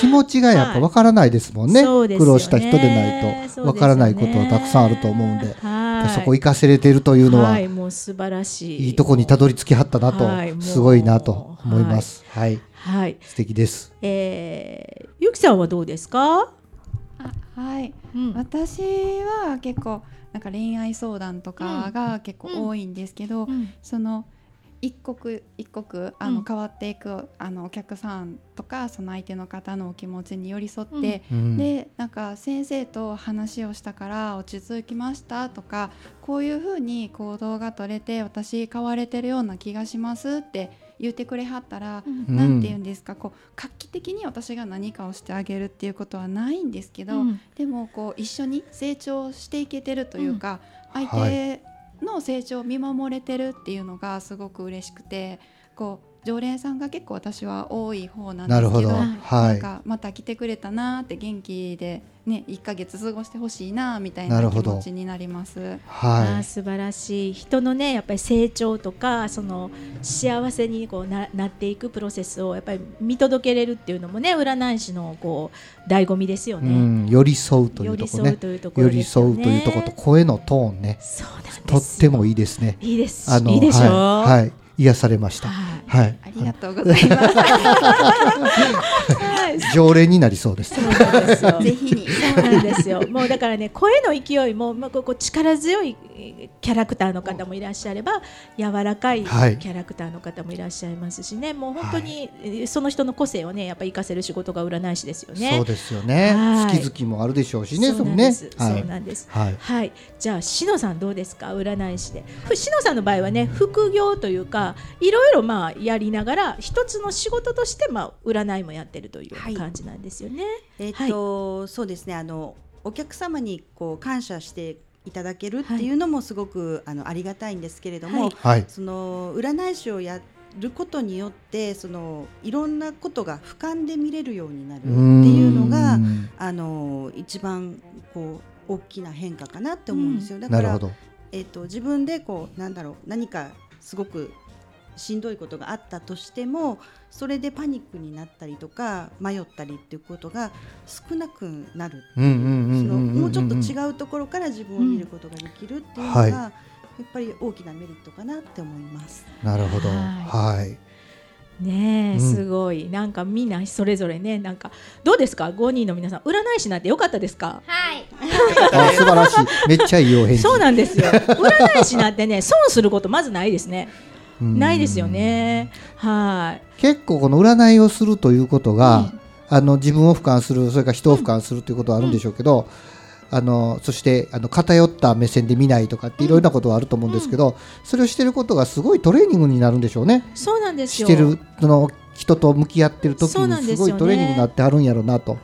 Speaker 2: 気持ちがやっぱわからないですもんね。
Speaker 1: そうです
Speaker 2: 苦
Speaker 1: よね
Speaker 2: 労した人でないとわからないことはたくさんあると思うんで、
Speaker 1: そうですよねはい
Speaker 2: そこ行かせれてるというのは、、
Speaker 1: はいい、もう素晴らしい。
Speaker 2: いとこにたどり着きはったなと、
Speaker 1: はいもう
Speaker 2: すごいなと思います。はい、
Speaker 1: はい。
Speaker 2: 素敵です。
Speaker 1: えー、ゆきさんはどうですか？
Speaker 4: あはい、
Speaker 1: うん
Speaker 4: 私は結構なんか恋愛相談とかが結構多いんですけど、その一刻一刻あの、
Speaker 1: うん
Speaker 4: 変わっていくあのお客さんとかその相手の方のお気持ちに寄り添って、
Speaker 2: うん
Speaker 4: でなんか先生と話をしたから落ち着きましたとかこういうふうに行動が取れて私変われてるような気がしますって言ってくれはったら、
Speaker 2: うん
Speaker 4: なんて言うんですかこう画期的に私が何かをしてあげるっていうことはないんですけど、
Speaker 1: うん
Speaker 4: でもこう一緒に成長していけてるというか、
Speaker 2: うん
Speaker 4: 相手の成長を見守れてるっていうのがすごく嬉しくてこう常連さんが結構私は多い方なんです
Speaker 2: な
Speaker 4: け
Speaker 2: るほど。
Speaker 4: ど
Speaker 1: はい
Speaker 4: な
Speaker 2: は
Speaker 4: ん
Speaker 2: い。
Speaker 4: かまた来てくれたなーって元気で、ね、1ヶ月過ごしてほしいなーみたい
Speaker 2: なる
Speaker 4: な気
Speaker 2: ほど
Speaker 4: 持ちになります。
Speaker 1: あ
Speaker 2: は
Speaker 1: ー
Speaker 2: い。
Speaker 1: 素晴らしい人のねやっぱり成長とかその幸せにこうななっていくプロセスをやっぱり見届けれるっていうのもね占い師のこう醍醐味ですよ
Speaker 2: う
Speaker 1: ね。
Speaker 2: ん、寄り添うとい
Speaker 1: 寄
Speaker 2: うと
Speaker 1: り
Speaker 2: こ
Speaker 1: 添う
Speaker 2: ね。
Speaker 1: というとこ
Speaker 2: 寄
Speaker 1: ろ
Speaker 2: り
Speaker 1: ですよ
Speaker 2: 添
Speaker 1: ね。
Speaker 2: うというとこと、声のトーンね。
Speaker 1: そうなんですよ。
Speaker 2: とってもいいですね。
Speaker 1: いいです。
Speaker 2: あの、
Speaker 1: いいでしょう。
Speaker 2: はい。はい癒されました。
Speaker 1: はい
Speaker 2: はい。
Speaker 4: ありがとうござ います。
Speaker 1: はい
Speaker 2: 常連になりそうです。
Speaker 1: そうなんですよ。
Speaker 4: ぜひに。
Speaker 1: そうなんですよ。 もうだからね、声の勢いも、まあ、こうこう力強いえーキャラクターの方もいらっしゃれば。柔らかいキ
Speaker 2: はい
Speaker 1: ャラクターの方もいらっしゃいますしね、もう本当に、えーその人の個性をね、やっぱり活かせる仕事が占い師ですよね。
Speaker 2: そうですよね。
Speaker 1: はい
Speaker 2: 好き好きもあるでしょうしね、
Speaker 1: そう
Speaker 2: そ
Speaker 1: な
Speaker 2: の
Speaker 1: んで
Speaker 2: ね
Speaker 1: す。。
Speaker 2: は。
Speaker 1: そうないんです。
Speaker 2: はい。
Speaker 1: はい、じゃあ、しのさんどうですか、占い師で。ふしのさんの場合はね、副業というか、いろいろまあ、やりながら、一つの仕事として、まあ、占いもやってるとい
Speaker 3: はいう
Speaker 1: 感じなんですよね。
Speaker 3: えっと、そうですね。あのお客様にこう感謝していただけるっていうのもすごく、あのありがたいんですけれども、
Speaker 1: はい
Speaker 2: はい。
Speaker 3: その占い師をやることによってそのいろんなことが俯瞰で見れるようになるっていうのが
Speaker 2: うーん
Speaker 3: あの一番こう大きな変化かなって思うんですよ。だか
Speaker 2: なる
Speaker 3: ら
Speaker 2: ほど。
Speaker 3: えっと自分でこうなんだろう何かすごくしんどいことがあったとしてもそれでパニックになったりとか迷ったりっていうことが少なくなる
Speaker 2: うんうんう
Speaker 3: そ
Speaker 2: ん
Speaker 3: の
Speaker 2: うんうん。
Speaker 3: もうちょっと
Speaker 2: う
Speaker 3: 違うところから自分を見ることができるっていうのが、
Speaker 2: はい
Speaker 3: やっぱり大きなメリットかなって思います。
Speaker 2: ん。なるほど。
Speaker 1: は
Speaker 2: はい。
Speaker 1: ねえ、
Speaker 2: うん
Speaker 1: すごいなんかみんなそれぞれねなんかどうですか5人の皆さん占い師なんてよかったですか
Speaker 6: はい
Speaker 2: あ、素晴らし い。めっちゃいいお返事。
Speaker 1: そうなん ですよ占い師なんてね損することまずないですね
Speaker 2: うん
Speaker 1: ないですよ。ねはい
Speaker 2: 結構この占いをするということが、あの自分を俯瞰する、それから人を俯瞰するということはあるんでしょうけど、あのそしてあの偏った目線で見ないとかっていろいろなことはあると思うんですけど、それをしてることがすごいトレーニングになるんでしょうね。
Speaker 1: そうなんです
Speaker 2: し
Speaker 1: よ
Speaker 2: てるその人と向き合ってる時
Speaker 1: そうなん
Speaker 2: に
Speaker 1: ですすよ
Speaker 2: ご
Speaker 1: ね
Speaker 2: いトレーニングになってあるんやろうなと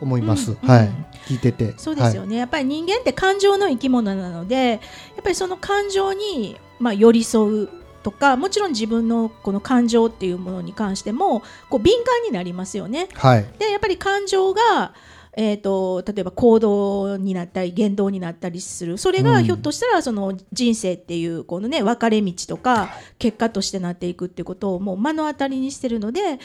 Speaker 2: 思います。
Speaker 1: うんうん
Speaker 2: はい、聞いてて。
Speaker 1: そうですよ
Speaker 2: はい
Speaker 1: ね、やっぱり人間って感情の生き物なのでやっぱりその感情に、まあ、寄り添うとかもちろん自分のこの感情っていうものに関してもこう敏感になりますよね。
Speaker 2: はい
Speaker 1: でやっぱり感情がえー、と例えば行動になったり言動になったりするそれ
Speaker 2: う
Speaker 1: が
Speaker 2: ん
Speaker 1: ひょっとしたらその人生っていうこの、ね、分かれ道とか結果としてなっていくっていうことをもう目の当たりにしてるのでやっ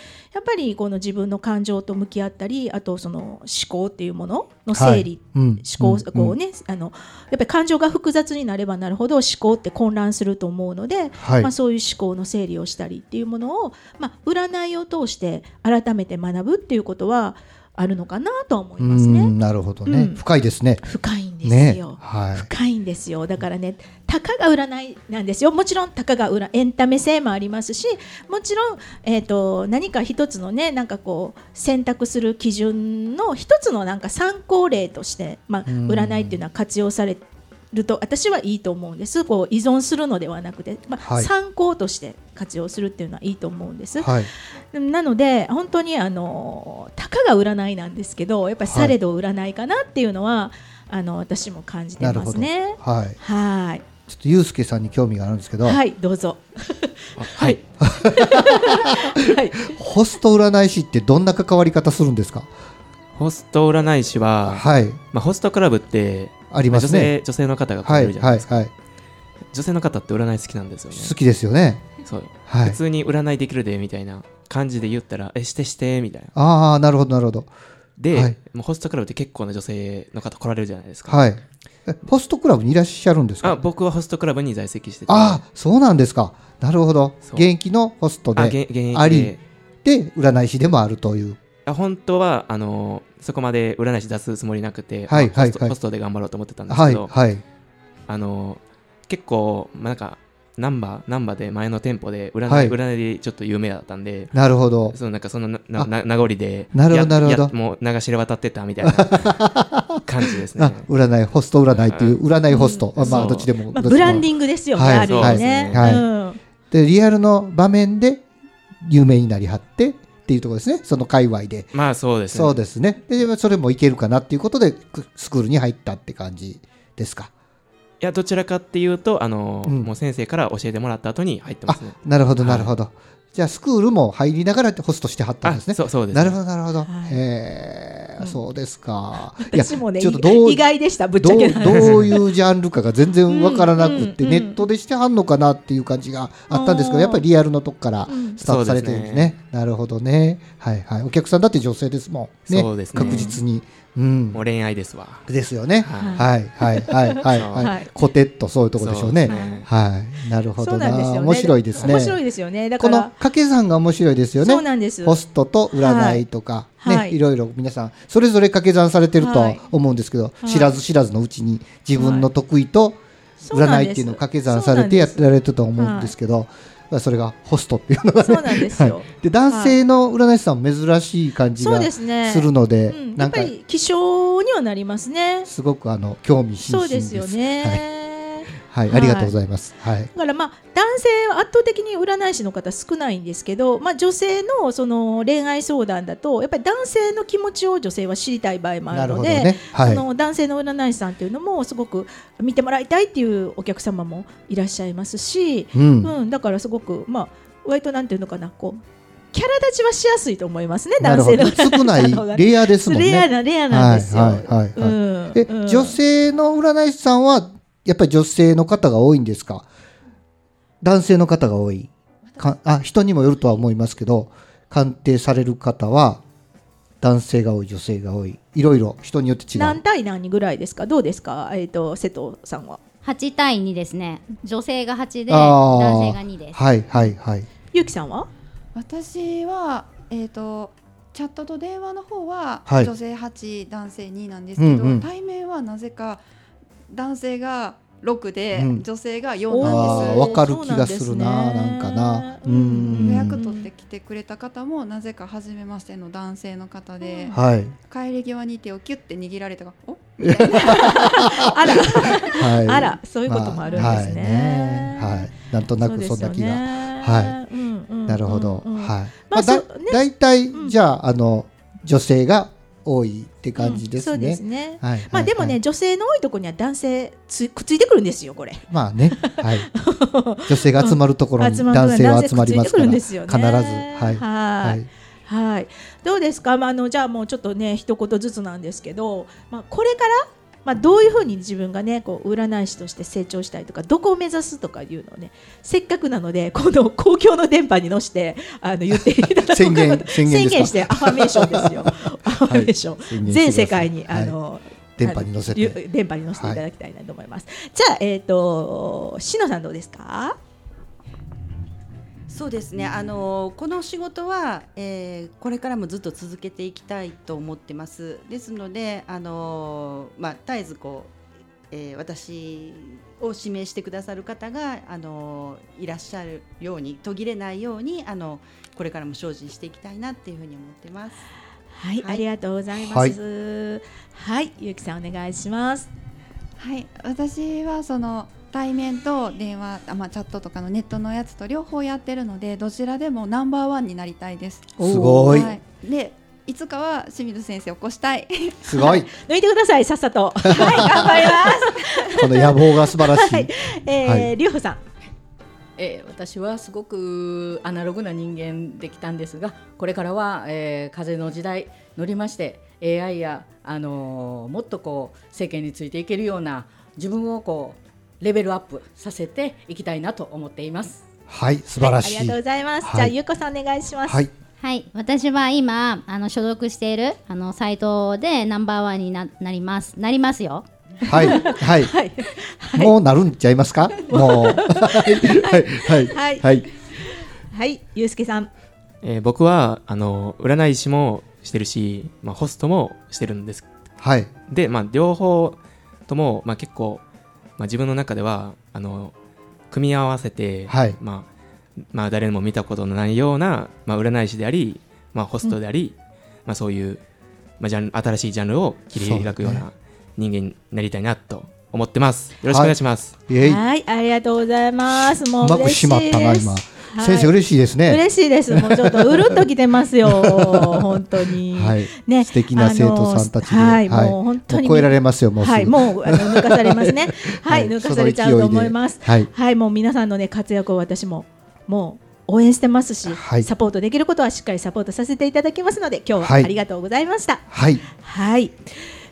Speaker 1: ぱりこの自分の感情と向き合ったりあとその思考っていうものの整理、
Speaker 2: うん
Speaker 1: 思考
Speaker 2: うん
Speaker 1: こうね、あのやっぱり感情が複雑になればなるほど思考って混乱すると思うので、
Speaker 2: はい
Speaker 1: まあ、そういう思考の整理をしたりっていうものを、まあ、占いを通して改めて学ぶっていうことはあるのかなとは思いうますね。
Speaker 2: んなるほどね、
Speaker 1: うん
Speaker 2: 深いですね。
Speaker 1: 深いんです
Speaker 2: ね
Speaker 1: よ、
Speaker 2: はい。
Speaker 1: 深いんですよだからねたかが占いなんですよもちろんたかが占エンタメ性もありますしもちろん、えー、と何か一つのねなんかこう選択する基準の一つのなんか参考例として、まあ、
Speaker 2: うん
Speaker 1: 占いっていうのは活用されると私はいいと思うんですこう依存するのではなくて、まあ
Speaker 2: はい
Speaker 1: 参考として活用するっていうのはいいと思うんです。
Speaker 2: はい。
Speaker 1: なので本当にあのたかが占いなんですけどやっぱりされど占いかなっていうのは、あの私も感じて
Speaker 2: なる
Speaker 1: ま
Speaker 2: ほ
Speaker 1: す
Speaker 2: ど。
Speaker 1: ね。
Speaker 2: はい。
Speaker 1: はい
Speaker 2: ちょっとユうスケさんに興味があるんですけど、
Speaker 1: はいどうぞ。
Speaker 8: あはい
Speaker 1: はい、
Speaker 2: ホスト占い師ってどんな関わり方するんですか。
Speaker 8: ホスト占い師は、
Speaker 2: はい。
Speaker 8: まあ、ホストクラブって
Speaker 2: あり
Speaker 8: ま
Speaker 2: ま
Speaker 8: あ女
Speaker 2: すね。
Speaker 8: 性女性の方が来
Speaker 2: は
Speaker 8: れる
Speaker 2: い
Speaker 8: じゃない
Speaker 2: は
Speaker 8: で
Speaker 2: い
Speaker 8: すか、
Speaker 2: はい。
Speaker 8: 女性の方って占い好きなんですよね
Speaker 2: 好きですよね。
Speaker 8: そう
Speaker 2: は
Speaker 8: 普
Speaker 2: い。
Speaker 8: 通に占いできるでみたいな感じで言ったら「えしてして」みたいな
Speaker 2: ああなるほどなるほど。
Speaker 8: で、
Speaker 2: はい
Speaker 8: もうホストクラブって結構な女性の方来られるじゃないですか、
Speaker 2: はい。えホストクラブにいらっしゃるんです
Speaker 8: あ
Speaker 2: か。
Speaker 8: 僕はホストクラブに在籍してて
Speaker 2: ああそうなんですか。なるほど。
Speaker 8: そう
Speaker 2: 現役のホスト
Speaker 8: あ
Speaker 2: で
Speaker 8: げ現
Speaker 2: あ
Speaker 8: 役
Speaker 2: り
Speaker 8: で
Speaker 2: で占い師でもあるという。
Speaker 8: あ本当はあのそこまで占い師出すつもりなくて、
Speaker 2: はい
Speaker 8: まあホス
Speaker 2: はい
Speaker 8: ト
Speaker 2: はい
Speaker 8: ホストで頑張ろうと思ってたんです
Speaker 2: は
Speaker 8: け
Speaker 2: い
Speaker 8: ど、
Speaker 2: はい。
Speaker 8: あの結構、まあ、なんかナンバーナンバーで前の店舗で占い,、
Speaker 2: はい
Speaker 8: 占いでちょっと有名だったんで
Speaker 2: なるほど。
Speaker 8: そのなんかそのな
Speaker 2: あ
Speaker 8: なな名残で
Speaker 2: なるほどな
Speaker 8: や
Speaker 2: るほど
Speaker 8: やもう流しで渡ってった みたいな感じですね
Speaker 2: あ占いホスト占いという占いホスト、
Speaker 8: うん
Speaker 2: あまあ
Speaker 8: そう
Speaker 2: どっちでも
Speaker 1: まあ、ブランディ
Speaker 2: ィング
Speaker 1: ングですよね、
Speaker 2: はい
Speaker 1: あるよね。
Speaker 2: はい
Speaker 1: うん
Speaker 2: でリアルの場面で有名になりはってっていうところですねその界隈で
Speaker 8: まあそうですね
Speaker 2: そうですねでそれもいけるかなっていうことでくスクールに入ったって感じですか
Speaker 8: いやどちらかっていうとあの、
Speaker 2: うん
Speaker 8: もう先生から教えてもらった後に入ってますね
Speaker 2: なるほど
Speaker 8: はい
Speaker 2: なるほど、じゃあスクールも入りながらホストしてはったんですね
Speaker 8: そうそうです、
Speaker 2: なるほどなるほど、
Speaker 1: はい
Speaker 2: へえ、
Speaker 1: うん
Speaker 2: そうですか いや
Speaker 1: 私もね
Speaker 2: ちょっとどう
Speaker 1: 意外でしたぶっちゃ
Speaker 2: ど
Speaker 1: け
Speaker 2: う
Speaker 1: な
Speaker 2: ど
Speaker 1: 話
Speaker 2: ういうジャンルかが全然わからなくって、
Speaker 1: うんうん
Speaker 2: ネ
Speaker 1: うん
Speaker 2: ットでしてはんのかなっていう感じがあったんですけ
Speaker 1: あ
Speaker 2: ど
Speaker 1: ー
Speaker 2: やっぱりリアルのとこから
Speaker 1: うん
Speaker 2: スタートされてるんですね,、なるほどねはいはいお客さんだって女性ですもんね
Speaker 8: そうですね
Speaker 2: 確実にうん
Speaker 8: もう恋愛ですわ
Speaker 2: ですよねは
Speaker 8: はい
Speaker 2: いはいはいはい
Speaker 8: そう
Speaker 2: はい
Speaker 1: はい
Speaker 2: コテッとそういうところでしょうね
Speaker 8: そうですね
Speaker 2: はいなるほ
Speaker 1: そう
Speaker 2: ど
Speaker 1: なんですよね。
Speaker 2: 面白いですね
Speaker 1: 面白いですよね。だか
Speaker 2: この
Speaker 1: ら、
Speaker 2: 掛け算が面白いですよね
Speaker 1: そうなんです。
Speaker 2: ホストと占いとか、
Speaker 1: はい
Speaker 2: い
Speaker 1: はい
Speaker 2: ね、いろいろ皆さんそれぞれ掛け算されてると
Speaker 1: はい
Speaker 2: 思うんですけど、
Speaker 1: い
Speaker 2: 知らず知らずのうちに自分の得意と
Speaker 1: そうなん
Speaker 2: 占
Speaker 1: です
Speaker 2: いっていうのを掛け算されてやってられてたと思うんですけど、まあそれがホストっていうのが、
Speaker 1: そうなんですよ
Speaker 2: はい、 で男性の占い師さんも珍しい感じ
Speaker 1: そう
Speaker 2: が
Speaker 1: ですね。
Speaker 2: するので
Speaker 1: うん、や
Speaker 2: な
Speaker 1: っ
Speaker 2: ん
Speaker 1: ぱ
Speaker 2: か
Speaker 1: り希少にはなりますね。
Speaker 2: すごくあの興味津
Speaker 1: そう
Speaker 2: 々
Speaker 1: で
Speaker 2: です
Speaker 1: すよ
Speaker 2: はい
Speaker 1: ね。
Speaker 2: はい
Speaker 1: はい
Speaker 2: ありがとうございます。はい、
Speaker 1: だからまあ男性は圧倒的に占い師の方少ないんですけど、まあ、女性のその恋愛相談だとやっぱり男性の気持ちを女性は知りたい場合もあ
Speaker 2: な
Speaker 1: る
Speaker 2: る
Speaker 1: の
Speaker 2: ほど
Speaker 1: で
Speaker 2: ね。は
Speaker 1: そ
Speaker 2: い、
Speaker 1: の男性の占い師さんというのもすごく見てもらいたいっていうお客様もいらっしゃいますし、
Speaker 2: うん
Speaker 1: うん、だからすごく、まあ、割となんていうのかなこうキャラ立ちはしやすいと思いますね
Speaker 2: なる
Speaker 1: 男
Speaker 2: ほ
Speaker 1: 性の
Speaker 2: ど少な
Speaker 1: 占い師さんの方が
Speaker 2: いレイヤーですもんね。
Speaker 1: レアなレアなんですよ。
Speaker 2: はいはいはいはい
Speaker 1: うん
Speaker 2: え、
Speaker 1: うん
Speaker 2: 女性の占い師さんはやっぱり女性の方が多いんですか男性の方が多いかあ人にもよるとは思いますけど鑑定される方は男性が多い女性が多いいろいろ人によって違
Speaker 1: 何
Speaker 2: う
Speaker 1: 対何ぐらいですかどうですか、えー、と瀬戸さんは。
Speaker 6: 8対2ですね女性が8で
Speaker 2: あー
Speaker 6: 男性が2です
Speaker 2: はいはいはい
Speaker 1: ゆうきさんは
Speaker 4: 私はえっ、とチャットと電話の方は
Speaker 2: はい
Speaker 4: 女性8、男性2なんですけど、
Speaker 2: うんうん
Speaker 4: 対面はなぜか男性が6で、
Speaker 2: うん
Speaker 4: 女性が4
Speaker 2: あ
Speaker 4: なん
Speaker 2: ー
Speaker 4: です。
Speaker 2: わかる気がする
Speaker 1: そ
Speaker 2: な
Speaker 1: うですね
Speaker 2: なんかなう
Speaker 4: 予
Speaker 2: ん
Speaker 4: 約取ってきてくれた方もなぜか初めましての男性の方で、
Speaker 2: はい
Speaker 4: 帰り際に手をキュッて握られたが「お
Speaker 1: あら、
Speaker 2: はい
Speaker 1: あら、そういうこともあるんですね。
Speaker 2: まあはいねはいなんとなくそんな気が、は
Speaker 1: はい。うんうんうん
Speaker 2: なるほど、
Speaker 1: うん
Speaker 2: はい
Speaker 1: まあ
Speaker 2: まあだ
Speaker 1: そうね
Speaker 2: だいたい
Speaker 1: うん
Speaker 2: じゃああの女性が多いって感じです
Speaker 1: うんそうで
Speaker 2: ね
Speaker 1: すね。
Speaker 2: はいはい
Speaker 1: まあでも
Speaker 2: は
Speaker 1: ね、
Speaker 2: い
Speaker 1: 女性の多いところには男性つくっついてくるんですよ、これ。
Speaker 2: まあね はい女性が集まるところに
Speaker 1: 集まるところに
Speaker 2: 男性は集まりますから
Speaker 1: 男性くっついてく
Speaker 2: 必ず
Speaker 1: るんですよね
Speaker 2: はい
Speaker 1: は。
Speaker 2: はいい
Speaker 1: はい、どうですか、まあ、あのじゃあもうちょっとね一言ずつなんですけど、まあ、これから、まあ、どういうふうに自分がねこう占い師として成長したいとかどこを目指すとかいうのをねせっかくなのでこの公共の電波に乗してあの言っていただこうかな
Speaker 2: 宣言宣言ですか
Speaker 1: してアファメーションですよアファメーション、
Speaker 2: 宣言してください
Speaker 1: 全世界に、
Speaker 2: はい
Speaker 1: あの
Speaker 2: 電波に乗せ
Speaker 1: あの
Speaker 2: て
Speaker 1: ゆ電波に乗せていただきたいなと思います、じゃあえっ、としのさんどうですか
Speaker 3: そうですね、あのこの仕事は、えーこれからもずっと続けていきたいと思ってます。ですので、あのまあ、絶えずこう、えー私を指名してくださる方が、あのいらっしゃるように途切れないようにあのこれからも精進していきたいなっていうふうに思ってます。
Speaker 1: はい、
Speaker 3: はい
Speaker 1: ありがとうございますはい、ゆうきさんお願いします
Speaker 4: はい、私はその対面と電話あ、まあ、チャットとかのネットのやつと両方やってるのでどちらでもナンバーワンになりたいです。
Speaker 2: すごい
Speaker 4: はい、でいつかは清水先生を起こしたい。
Speaker 2: すごい
Speaker 1: 抜いてください、さっさ と。はい、頑張ります。
Speaker 2: この野望が素晴らしい
Speaker 1: えー、りゅうほさん。
Speaker 5: えー私はすごくアナログな人間できたんですがこれからは、えー風の時代乗りまして AI や、あのーもっとこう世間についていけるような自分をこうレベルアップさせていきたいなと思っています。
Speaker 2: はい素晴ら
Speaker 1: あ
Speaker 2: し
Speaker 1: りがとうご
Speaker 2: い
Speaker 1: ざいます。
Speaker 2: はい
Speaker 1: じゃあ、ゆうこさんお願いします。
Speaker 2: はい
Speaker 6: はい、私は今あの所属しているあのサイトでナンバーワンにななりますなりますよ。
Speaker 2: はいはい
Speaker 1: はい。
Speaker 2: もうなるんちゃいますかもう
Speaker 1: はい
Speaker 2: はいは
Speaker 1: い
Speaker 2: はい
Speaker 1: はい、ゆうすけさん。
Speaker 8: えー僕はあの占い師もしてるし、まあ、ホストもしてるんです
Speaker 2: はい
Speaker 8: で、まあ、両方とも、まあ、結構、まあ、自分の中ではあの組み合わせて、
Speaker 2: はい
Speaker 8: まあまあ、誰も見たことのないような、まあ、占い師であり、まあ、ホストであり、まあ、そういう、まあ、ジャンル新しいジャンルを切り開くよう
Speaker 2: そう
Speaker 8: な人間になりたいなと思ってます。よろしくお願いします。
Speaker 2: イエイ
Speaker 1: はい、ありがとうございます。も
Speaker 2: う
Speaker 1: う
Speaker 2: まく
Speaker 1: 嬉し
Speaker 2: 閉
Speaker 1: い
Speaker 2: まったな
Speaker 1: です。
Speaker 2: 今
Speaker 1: い
Speaker 2: 先生嬉しいですね
Speaker 1: 嬉しいです。もうちょっとうるっときてます よ。本当に。
Speaker 2: はい
Speaker 1: ね、
Speaker 2: 素敵な生徒さんたちで
Speaker 1: あのはい、
Speaker 2: はい
Speaker 1: もう本当
Speaker 2: もう
Speaker 1: に。
Speaker 2: 超えられますよもうすぐ
Speaker 1: はい、もうあの抜かされます ね。はい、抜かされちゃうと思います
Speaker 2: そ。の勢いで
Speaker 1: はい、もう皆さんのね活躍を私ももう応援してますし、
Speaker 2: はい
Speaker 1: サポートできることはしっかりサポートさせていただきますので、今日は
Speaker 2: は
Speaker 1: あ
Speaker 2: い
Speaker 1: りがとうございました。
Speaker 2: はいはい
Speaker 1: はい。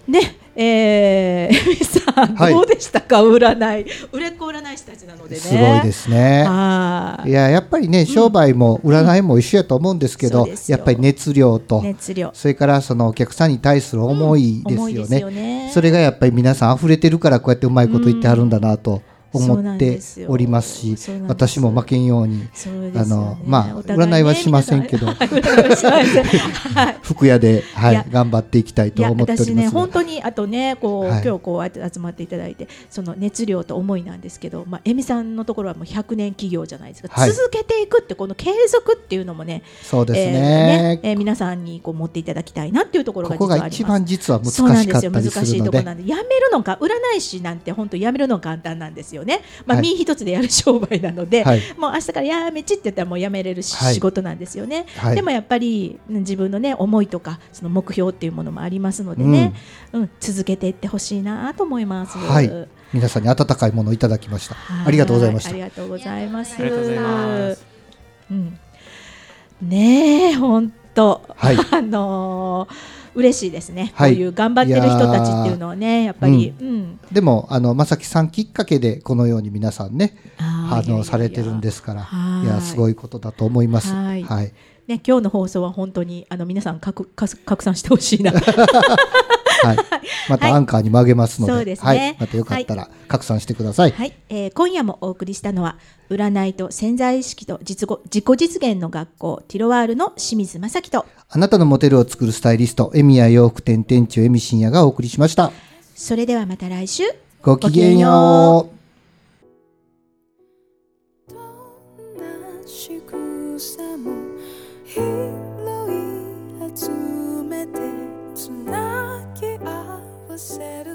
Speaker 1: ね、えー、 エミさん、
Speaker 2: はい
Speaker 1: どうでしたか占い、売れっ子占い師たちなのでね。
Speaker 2: すごいですね
Speaker 1: はい
Speaker 2: いややっぱりね商売も占いも一緒やと思うんですけ
Speaker 1: うん
Speaker 2: ど
Speaker 1: そうですよ
Speaker 2: やっぱり熱量と
Speaker 1: 熱量。
Speaker 2: それからそのお客さんに対する思いです
Speaker 1: 重い
Speaker 2: よ
Speaker 1: ですよ
Speaker 2: ね
Speaker 1: ね。
Speaker 2: それがやっぱり皆さん溢れてるからこうやってうまいこと言ってはるんだなと
Speaker 1: そうな
Speaker 2: 思
Speaker 1: ん
Speaker 2: っ
Speaker 1: で
Speaker 2: て
Speaker 1: すよ
Speaker 2: おりますし
Speaker 1: そうなんです
Speaker 2: 私も負けんように
Speaker 1: そうですよ
Speaker 2: あ
Speaker 1: ね
Speaker 2: のまあ
Speaker 1: お互いね
Speaker 2: 占いはしませんけど
Speaker 1: 皆さん占いはしません はい。
Speaker 2: 服屋ではいい
Speaker 1: や
Speaker 2: 頑張っていきたい
Speaker 1: い
Speaker 2: と
Speaker 1: や
Speaker 2: 思ってお
Speaker 1: 私
Speaker 2: りま
Speaker 1: ね
Speaker 2: すが
Speaker 1: 本当にあとねこう、
Speaker 2: はい
Speaker 1: 今日こうあ集まっていただいてその熱量と思いなんですけどまあえみさんのところはもう100年企業じゃないですか、
Speaker 2: はい
Speaker 1: 続けていくってこの継続っていうのもね
Speaker 2: そうです
Speaker 1: えーね
Speaker 2: ね
Speaker 1: えー皆さんにこう持っていただきたいなっていうところが
Speaker 2: こ
Speaker 1: 実
Speaker 2: こ
Speaker 1: はあり
Speaker 2: が
Speaker 1: ます
Speaker 2: 一番実は難
Speaker 1: そうなん
Speaker 2: し
Speaker 1: で
Speaker 2: かっ
Speaker 1: すよ
Speaker 2: た
Speaker 1: 難し
Speaker 2: りす
Speaker 1: い
Speaker 2: る
Speaker 1: と
Speaker 2: の
Speaker 1: こ
Speaker 2: で
Speaker 1: なんでやめるのか占い師なんて本当やめるの簡単なんですよねまあ、
Speaker 2: はい
Speaker 1: 身一つでやる商売なので、
Speaker 2: はい
Speaker 1: もう明日からやめちって言ったらもうやめれるし、
Speaker 2: はい
Speaker 1: 仕事なんですよね、
Speaker 2: はい
Speaker 1: でもやっぱりうん自分のね思いとかその目標っていうものもありますのでね、うん続けていってほしいなと思います。
Speaker 2: はい皆さんに温かいものをいただきました
Speaker 1: はい
Speaker 2: ありがとうございまし
Speaker 1: あ
Speaker 2: た
Speaker 1: りがとうございます。。
Speaker 6: あり
Speaker 8: がとうございます
Speaker 1: うん、ねえ本当、
Speaker 2: はい
Speaker 1: あのー嬉しいですね、
Speaker 2: はい
Speaker 1: こういう頑張ってる人たちっていうのはねやっぱり、うん
Speaker 2: でもあのまさきさんきっかけでこのように皆さんね
Speaker 1: あーいやい
Speaker 2: あ
Speaker 1: やいや
Speaker 2: のされてるんですから
Speaker 1: はい
Speaker 2: いやすごいことだと思います
Speaker 1: は
Speaker 2: はいい
Speaker 1: ね今日の放送は本当にあの皆さんかくかす拡散してほしいな は
Speaker 2: はいまたアンカーにもあげますので,、
Speaker 1: は
Speaker 2: は
Speaker 1: そ
Speaker 2: いい
Speaker 1: うですね
Speaker 2: またよかったら拡散してください、
Speaker 1: い、えー今夜もお送りしたのは占いと潜在意識と実語自己実現の学校ティロワールの清水正樹と
Speaker 2: あなたのモテルを作るスタイリストエミヤ洋服店店長エミ深也がお送りしました
Speaker 1: それではまた来週
Speaker 2: ごきげんよう
Speaker 4: しくさも拾い集めてつなぎ合わせる